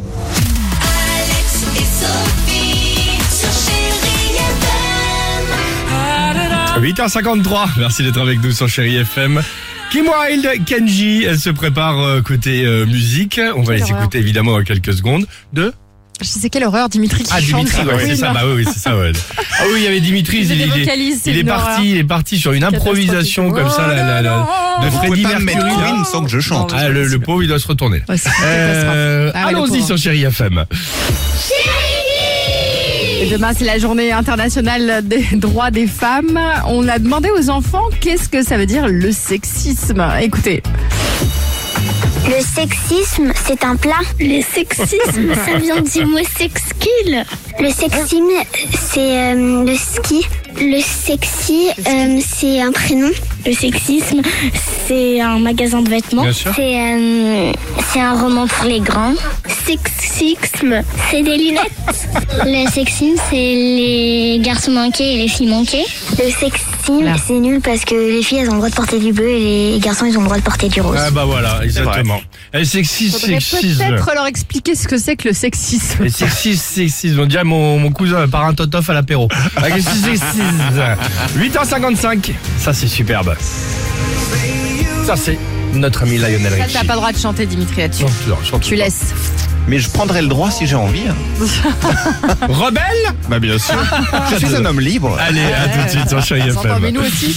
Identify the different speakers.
Speaker 1: Alex et Sophie sur Chéri FM.
Speaker 2: 8h53, merci d'être avec nous sur Chéri FM. Kim Wilde, Kenji, elle se prépare euh, côté euh, musique. On va
Speaker 3: Quelle
Speaker 2: les
Speaker 3: horreur.
Speaker 2: écouter évidemment dans quelques secondes. De
Speaker 3: Je sais quelle horreur, Dimitri qui
Speaker 2: Ah
Speaker 3: chante.
Speaker 2: Dimitri, ouais, c'est ça, bah oui, oui, c'est ça. ouais. Ah oui, il y avait Dimitri, il,
Speaker 3: Il fait des
Speaker 2: il est-
Speaker 3: vocalises, c'est
Speaker 2: il est
Speaker 3: une horreur.
Speaker 2: parti, il est parti sur une improvisation comme ça, la- la- la-
Speaker 3: Oh,
Speaker 2: de
Speaker 4: Vous
Speaker 2: Freddie
Speaker 4: pouvez pas me
Speaker 2: Mercury.
Speaker 4: mettre
Speaker 2: là.
Speaker 4: Queen sans que je chante.
Speaker 2: Ah, le, le pauvre, il doit se retourner.
Speaker 3: Ouais, c'est une catastrophe.
Speaker 2: Euh,
Speaker 3: Ah ouais, le
Speaker 2: Allons-y
Speaker 3: pauvre.
Speaker 2: sur Chéri FM.
Speaker 3: Et demain, c'est la journée internationale des droits des femmes. On a demandé aux enfants qu'est-ce que ça veut dire le sexisme. Écoutez.
Speaker 5: Le sexisme, c'est un plat.
Speaker 6: Le sexisme, ça vient du mot sexkill.
Speaker 5: Le sexisme, c'est euh, le ski. Le sexy, euh, c'est un prénom.
Speaker 6: Le sexisme, c'est un magasin de vêtements.
Speaker 2: Bien sûr.
Speaker 5: C'est euh, c'est un roman pour les grands.
Speaker 6: Sexisme, c'est des lunettes.
Speaker 5: Le sexisme, c'est les garçons manqués et les filles manquées. Le sexisme, c'est nul parce que les filles, elles ont le droit de porter du bleu et les garçons, ils ont le droit de porter du rose.
Speaker 2: Ah bah voilà, exactement. Elle sexiste,
Speaker 3: Faudrait
Speaker 2: sexisme.
Speaker 3: peut-être leur expliquer ce que c'est que le sexisme.
Speaker 2: Et sexisme, sexisme. On dirait mon, mon cousin, par un totof à l'apéro. Ah, qu'est-ce que c'est, sexisme 8h55. Ça, c'est superbe. Ça, c'est notre ami Lionel
Speaker 3: Ça,
Speaker 2: Richie.
Speaker 3: t'as pas le droit de chanter, Dimitri, là-dessus.
Speaker 2: Non, non, je chante
Speaker 3: Tu
Speaker 2: pas.
Speaker 3: laisses.
Speaker 4: Mais je prendrai le droit si j'ai envie. hein.
Speaker 2: Rebelle
Speaker 4: Bah bien sûr. je suis un homme libre.
Speaker 2: Allez, à tout de suite sur Chérie
Speaker 3: On s'entend,
Speaker 2: FM.
Speaker 3: mais nous aussi.